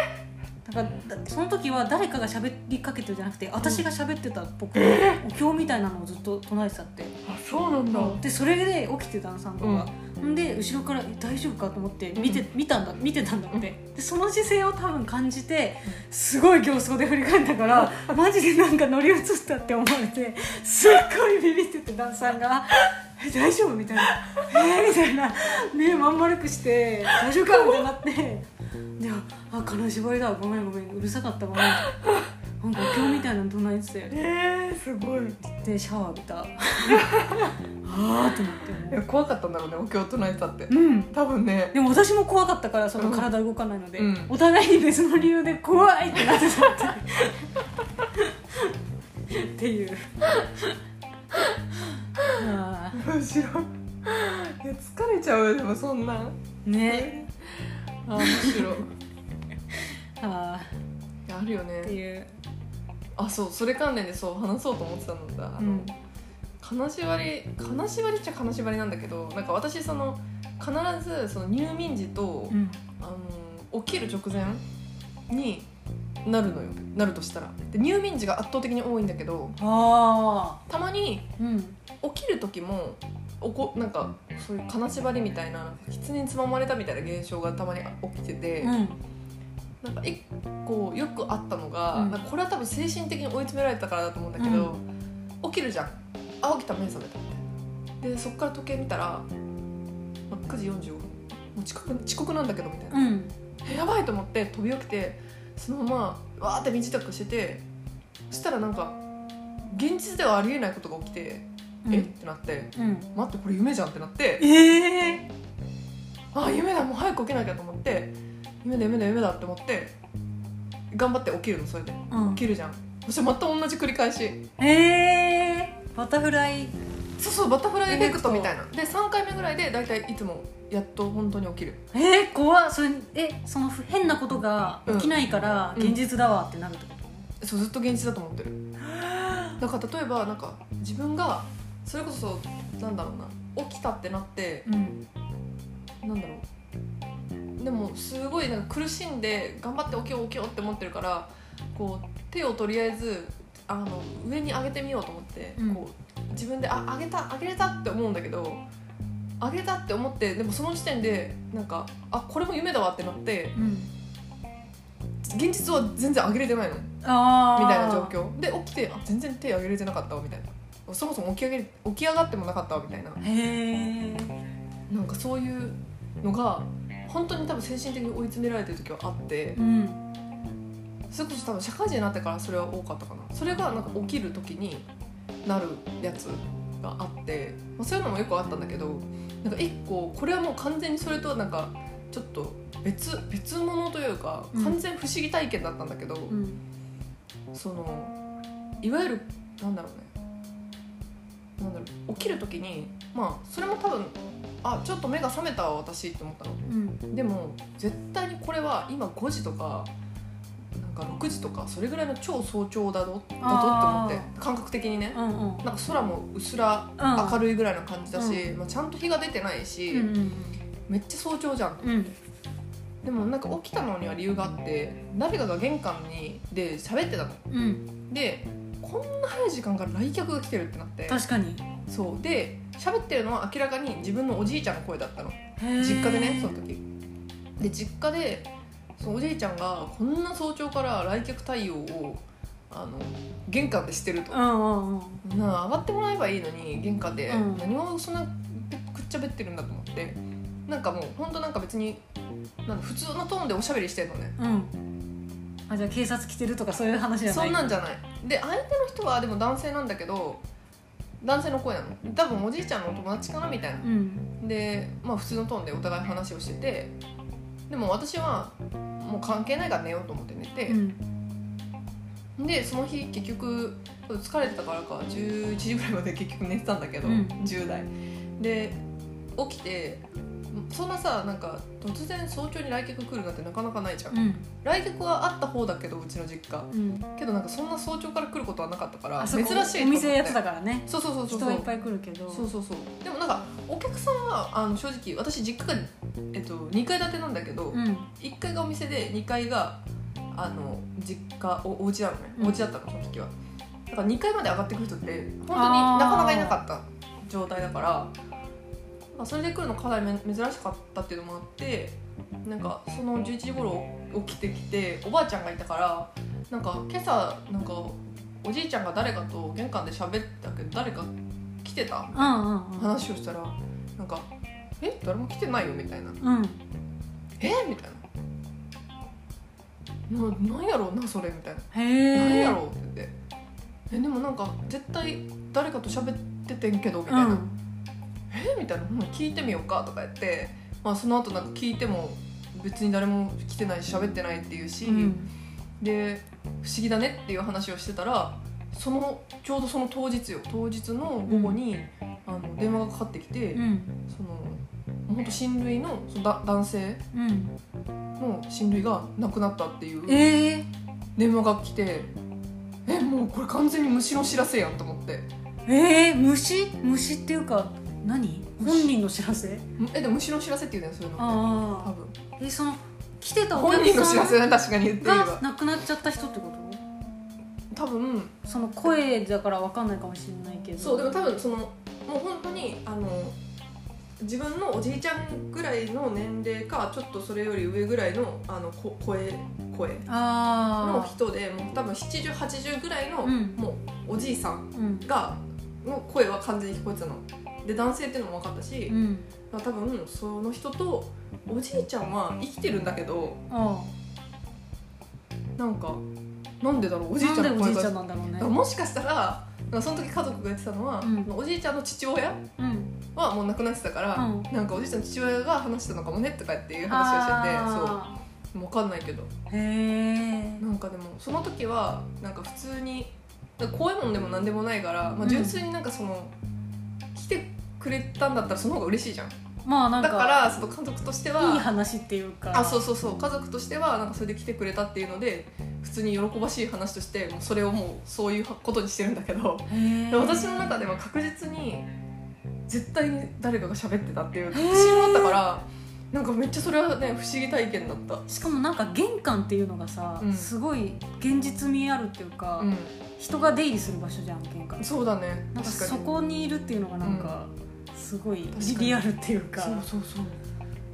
S2: だからだその時は誰かが喋りかけてるじゃなくて私が喋ってた僕がお経みたいなのをずっと唱えてたって、
S1: あそうなんだ、
S2: でそれで起きて旦那さんが、ん、で後ろからえ「大丈夫か?」と思って見て,、見たんだ見てたんだって、
S1: うん
S2: でその姿勢を多分感じて
S1: う
S2: すごい形相で振り返ったからマジでなんか乗り移ったって思われてすっごいビビってて旦那さんが「え大丈夫?」みたいな「えーみたいな目まん丸くして「大丈夫か?」みたいになって「でああ金縛りだごめんごめんうるさかったごめん」なんか今日みたいなの唱えてたよね
S1: えー、すごい
S2: でシャワー浴びた [LAUGHS] ああってなってもう
S1: いや怖かったんだろうねお経を唱えてたって
S2: うん
S1: 多分ね
S2: でも私も怖かったからその体動かないので、
S1: うん
S2: お互いに別の理由で怖いってなってたっていうっていうあ
S1: 面白いいや疲れちゃうよでもそんな
S2: ーね
S1: あ面白い
S2: あ
S1: いやあるよ
S2: ーって
S1: ね
S2: いう、
S1: あそうそれ関連でそう話そうと思ってたんだあの、
S2: うん
S1: 金縛り金縛りっちゃ金縛りなんだけどなんか私その必ずその入眠時と、
S2: うん、
S1: あの起きる直前になるのよなるとしたらで入眠時が圧倒的に多いんだけど
S2: あ
S1: たまに
S2: ーうん
S1: 起きる時もおこなんかそういう金縛りみたいな狐につままれたみたいな現象がたまに起きてて、
S2: うん
S1: なんか一個よくあったのが、
S2: うん
S1: なんかこれは多分精神的に追い詰められたからだと思うんだけど、起きるじゃんあ起きた目覚めたみたいなでそっから時計見たら、まあ、9時45分もう遅刻遅刻なんだけどみたいな、
S2: うん
S1: えやばいと思って飛び起きてそのままわーって身支度しててそしたらなんか現実ではありえないことが起きて、えってなって
S2: うん
S1: 待ってこれ夢じゃんってなって
S2: ええ
S1: あ夢だもう早く起きなきゃと思って夢だ夢だ夢だって思って頑張って起きるのそれで
S2: ー、うん
S1: 起きるじゃんそしてまた同じ繰り返し
S2: えー、バタフライ
S1: そうそうバタフライエフェクトみたいなで3回目ぐらいで大体いつもやっと本当に起きる
S2: えー、怖っそれえその変なことが起きないから
S1: うん
S2: 現実だわってなるってこと、
S1: そうずっと現実だと思ってるだから例えばなんか自分がそれこそなんだろうな起きたってなって
S2: うん
S1: なんだろうでもすごいなんか苦しんで頑張って起きよう起きようって思ってるからこう手をとりあえずあの上に上げてみようと思って、
S2: うん
S1: こう自分であ上げた上げれたって思うんだけど上げたって思ってでもその時点でなんかあこれも夢だわってなって
S2: うん
S1: 現実は全然上げれてないのみ
S2: あー
S1: たいな状況で起きてあ全然手上げれてなかったわみたいなそもそも起き上げ起き上がってもなかったわみたいな
S2: へえ
S1: なんかそういうのが本当に多分精神的に追い詰められてる時はあって。
S2: うん
S1: それこそ多分社会人になってからそれは多かったかなそれがなんか起きる時になるやつがあって、まあ、そういうのもよくあったんだけどなんか一個これはもう完全にそれとはなんかちょっと別別物というか
S2: うん
S1: 完全不思議体験だったんだけど、
S2: うん
S1: そのいわゆるなんだろうねなんだろう起きる時にまあそれも多分あちょっと目が覚めたわ私って思ったの
S2: うん
S1: でも絶対にこれは今5時とかなんか6時とかそれぐらいの超早朝だぞだぞっ
S2: あ
S1: て
S2: ー
S1: 思って感覚的にね
S2: うんうん
S1: なんか空もうすら明るいぐらいの感じだし、まあ、ちゃんと日が出てないし、
S2: うんうん
S1: めっちゃ早朝じゃん
S2: うんうん
S1: でもなんか起きたのには理由があって誰かが玄関にで喋ってたの
S2: うん
S1: でこんな早い時間から来客が来てるってなって
S2: 確かに
S1: そうで喋ってるのは明らかに自分のおじいちゃんの声だったの実
S2: 実
S1: 家でねその時で実家でそのおじいちゃんがこんな早朝から来客対応をあの玄関でしてると
S2: うんうんうん
S1: なあ上がってもらえばいいのに玄関で
S2: うん
S1: 何をそんなべくっちゃべってるんだと思ってなんかもうほんとなんか別になんか普通のトーンでおしゃべりしてんのね
S2: うんあじゃあ警察来てるとかそういう話じゃない
S1: そんなんじゃないで相手の人はでも男性なんだけど男性の声なの多分おじいちゃんのお友達かなみたいな
S2: うん
S1: でまあ普通のトーンでお互い話をしててでも私はもう関係ないから寝ようと思って寝
S2: う
S1: て、
S2: ん
S1: でその日結局疲れてたからか11時ぐらいまで結局寝てたんだけど、
S2: うん
S1: 10代で起きてそんなさなんか突然早朝に来客来るなんてなかなかないじゃん、
S2: うん
S1: 来客はあった方だけどうちの実家
S2: うん
S1: けどなんかそんな早朝から来ることはなかったから
S2: あそ
S1: 珍し
S2: こ
S1: いと思って
S2: お店やってたからね
S1: そうそうそうそう
S2: 人はいっぱい来るけど
S1: そうそうそうでもなんかお客さんはあの正直私実家が、えっと、2階建てなんだけど、
S2: うん
S1: 1階がお店で2階があの実家おお家なのね
S2: うん
S1: お家だったのその時はだから2階まで上がってくる人って本当に
S2: あー
S1: なかなかいなかった状態だからまあそれで来るのかなりめ珍しかったっていうのもあってなんかその11時頃起きてきておばあちゃんがいたからなんか今朝なんかおじいちゃんが誰かと玄関で喋ったけど誰か来てた
S2: うんうんうん
S1: 話をしたらなんか「え誰も来てないよ」みたいな
S2: うん
S1: えみたいなななんやろうなそれみたいな、
S2: へ
S1: なん
S2: え
S1: やろうって言ってえでもなんか絶対誰かと喋っててんけどみたいな、
S2: うん
S1: えみたいな、ほな聞いてみようかとか言って、まあ、その後なんか聞いても別に誰も来てないし喋ってないっていうし、
S2: うん
S1: で不思議だねっていう話をしてたらそのちょうどその当日よ当日の午後に、あの電話がかかってきて、
S2: うん
S1: そのほんと親類のそのだ男性
S2: うん
S1: の親類が亡くなったっていう。
S2: ええ
S1: 電話が来てえもうこれ完全に虫の知らせやんと思って
S2: ええ虫虫っていうか何本人の知らせ
S1: むえでも虫の知らせって言うねんそういうのって多
S2: ああ
S1: 分
S2: えその来てたお
S1: 本人
S2: 客
S1: の知
S2: さ
S1: らせ
S2: ん
S1: だ確かに言ってれ
S2: が
S1: ば
S2: 亡くなっちゃった人ってこと
S1: 多分
S2: その声だからわかんないかもしれないけど
S1: そうでも多分そのもう本当にあの自分のおじいちゃんぐらいの年齢かちょっとそれより上ぐらいのあのこ声声の
S2: あ
S1: 人でもう多分7080ぐらいの、
S2: あうん
S1: もうおじいさん
S2: うん
S1: がの声は完全に聞こえてたので男性っていうのも分かったし、
S2: うん
S1: まあ、多分その人とおじいちゃんは生きてるんだけど
S2: あ
S1: なんかなんでだろうお
S2: あ
S1: じい
S2: な
S1: ちゃ
S2: ん
S1: ん
S2: で
S1: の
S2: おじ
S1: 声
S2: いちゃん
S1: が
S2: なんだろうね
S1: もしかしたらなんかその時家族が言ってたのは、
S2: うん
S1: おじいちゃんの父親
S2: うん
S1: はもう亡くなってたから、
S2: うん
S1: なんかおじいちゃんの父親が話してたのかもねとかっていう話をしてて
S2: あ
S1: そう分かんないけど
S2: ーへ
S1: なんかでもその時はなんか普通になんか怖いもんでも何でもないから、ま
S2: う
S1: あ、
S2: ん
S1: 純粋になんかその、来てくれたんだったらその方が嬉しいじゃん
S2: えまあなん
S1: だ
S2: か
S1: からその家族としてはい
S2: い話っていうか
S1: あそうそうそう家族としてはなんかそれで来てくれたっていうので普通に喜ばしい話としてもうそれをもうそういうことにしてるんだけど
S2: へえ
S1: 私の中では確実に絶対に誰かが喋ってたっていう確信があったからなんかめっちゃそれはね不思議体験だった。
S2: しかもなんか玄関っていうのがさ、
S1: うん
S2: すごい現実味あるっていうか、
S1: うん、
S2: 人が出入りする場所じゃん玄関
S1: そうだね
S2: なんか
S1: 確かに
S2: そこにいるっていうのがなんか、すごい
S1: 確かに
S2: リアルっていうか
S1: そうそうそう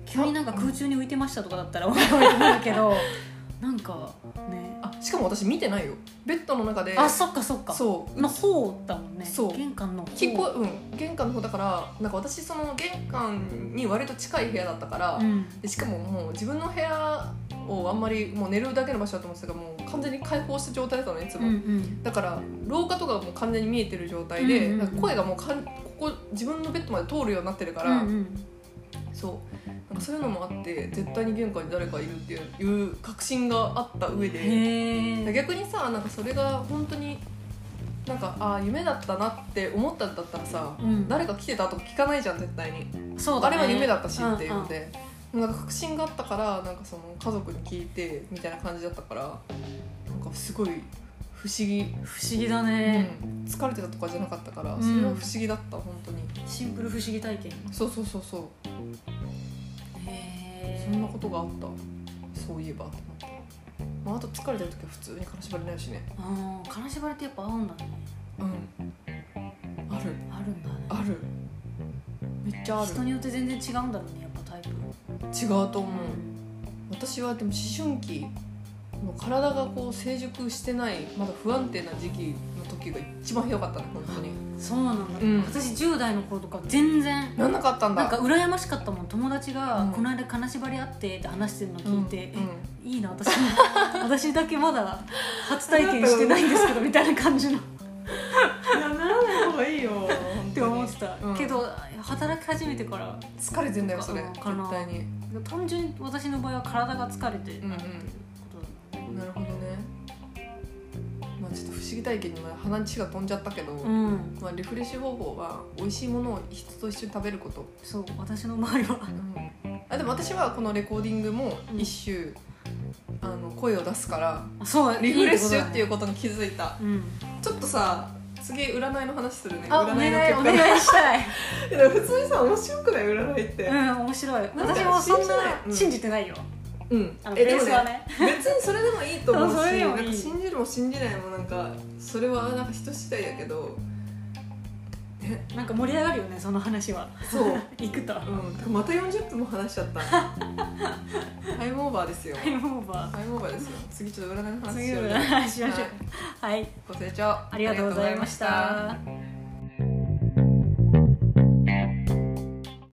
S2: 急になんか空中に浮いてましたとかだったらおもろいと思うけどなんかね
S1: あしかも私見てないよベッドの中で
S2: あそっかそっか
S1: そう
S2: の方だもんね
S1: そう
S2: 玄関の方
S1: 聞こえうん玄関の方だからなんか私その玄関に割と近い部屋だったから、
S2: うん
S1: でしかももう自分の部屋をあんまりもう寝るだけの場所だと思ってたからもう完全に開放した状態だったのねいつ
S2: うん
S1: も、
S2: うん
S1: だから廊下とかがもう完全に見えてる状態で、
S2: うんうんうん
S1: なんか声がもうかんここ自分のベッドまで通るようになってるか
S2: う
S1: ら、
S2: んうん
S1: そうなんかそういうのもあって絶対に玄関に誰かいるっていう確信があった上で
S2: へえ
S1: 逆にさなんかそれが本当になんかああ夢だったなって思ったんだったらさ、
S2: うん
S1: 誰か来てたとか聞かないじゃん絶対に。
S2: そうだ
S1: あ
S2: ね
S1: れは夢だったしっていうので、なんか確信があったからなんかその家族に聞いてみたいな感じだったからなんかすごい不思議、
S2: 不思議だね、
S1: うん疲れてたとかじゃなかったから
S2: うん
S1: それは不思議だった、本当に
S2: シンプル不思議体験
S1: そうそうそうそう
S2: へ
S1: そんなことがあったそういえばと思って、まあ、あと疲れてる時は普通に金縛りないしね
S2: ああ金縛りってやっぱ合うんだね
S1: うんある
S2: あるんだね
S1: あるめっちゃある
S2: 人によって全然違うんだろうねやっぱタイプ
S1: 違うと思う、私はでも思春期の体がこう成熟してないまだ不安定な時期の時が一番ひどかったね本当に
S2: そうなんだ、
S1: うん
S2: 私10代の頃とか全然
S1: なんなかったんだ
S2: なんか羨ましかったもん友達が
S1: うん
S2: 「この間金縛りあって」って話してるの聞いて、
S1: うんうん
S2: えいいな
S1: [LAUGHS]
S2: 私も私だけまだ初体験してないんですけどみたいな感じ
S1: [LAUGHS]
S2: のっ
S1: いやならない方がいいよって
S2: 思ってた、
S1: うん
S2: けど働き始めてから
S1: 疲れてんだよそれ
S2: うん
S1: 絶
S2: かな
S1: 対に
S2: 単純に私の場合は体が疲れてる
S1: うんうん
S2: こと
S1: なるほどねまあちょっと不思議体験にまあ鼻に血が飛んじゃったけど、
S2: うん、
S1: まあ、リフレッシュ方法は美味しいものを人と一緒に食べること、
S2: そう私の場合は
S1: あでも私はこのレコーディングも
S2: うん
S1: 一周、あの声を出すから
S2: あそう
S1: リフレッシュっていううことに気づいた
S2: うん、
S1: ちょっとさ次占いの話するね
S2: あお
S1: 占
S2: 願い
S1: の
S2: お
S1: 結
S2: 願いしたい
S1: 果 [LAUGHS] いや普通にさ面白くない占いって
S2: うん面白い
S1: なんか
S2: 私もそん
S1: 信
S2: な
S1: じない
S2: 信じてないよ、
S1: うん
S2: あの
S1: え
S2: ベ
S1: で
S2: ー
S1: も
S2: ス
S1: ね
S2: はね
S1: 別に [LAUGHS] それでもいいと思うし
S2: あそれで
S1: な
S2: も
S1: ん
S2: いい
S1: か信じるも信じないもなんかそれはなんか人次第だけど
S2: なんか盛り上がるよねその話は
S1: そう、うん、
S2: [LAUGHS] 行くとタ
S1: てかまた40分も話しちゃった [LAUGHS] タイムオーバーですよ
S2: イムオーバ
S1: タイムオーバーですよ次ちょっと占いの
S2: ー
S1: 話し
S2: 次
S1: よう
S2: の
S1: ね
S2: 話しましょう
S1: はい
S2: はい
S1: ご清聴
S2: ありがとうございました。
S1: ありがとうございました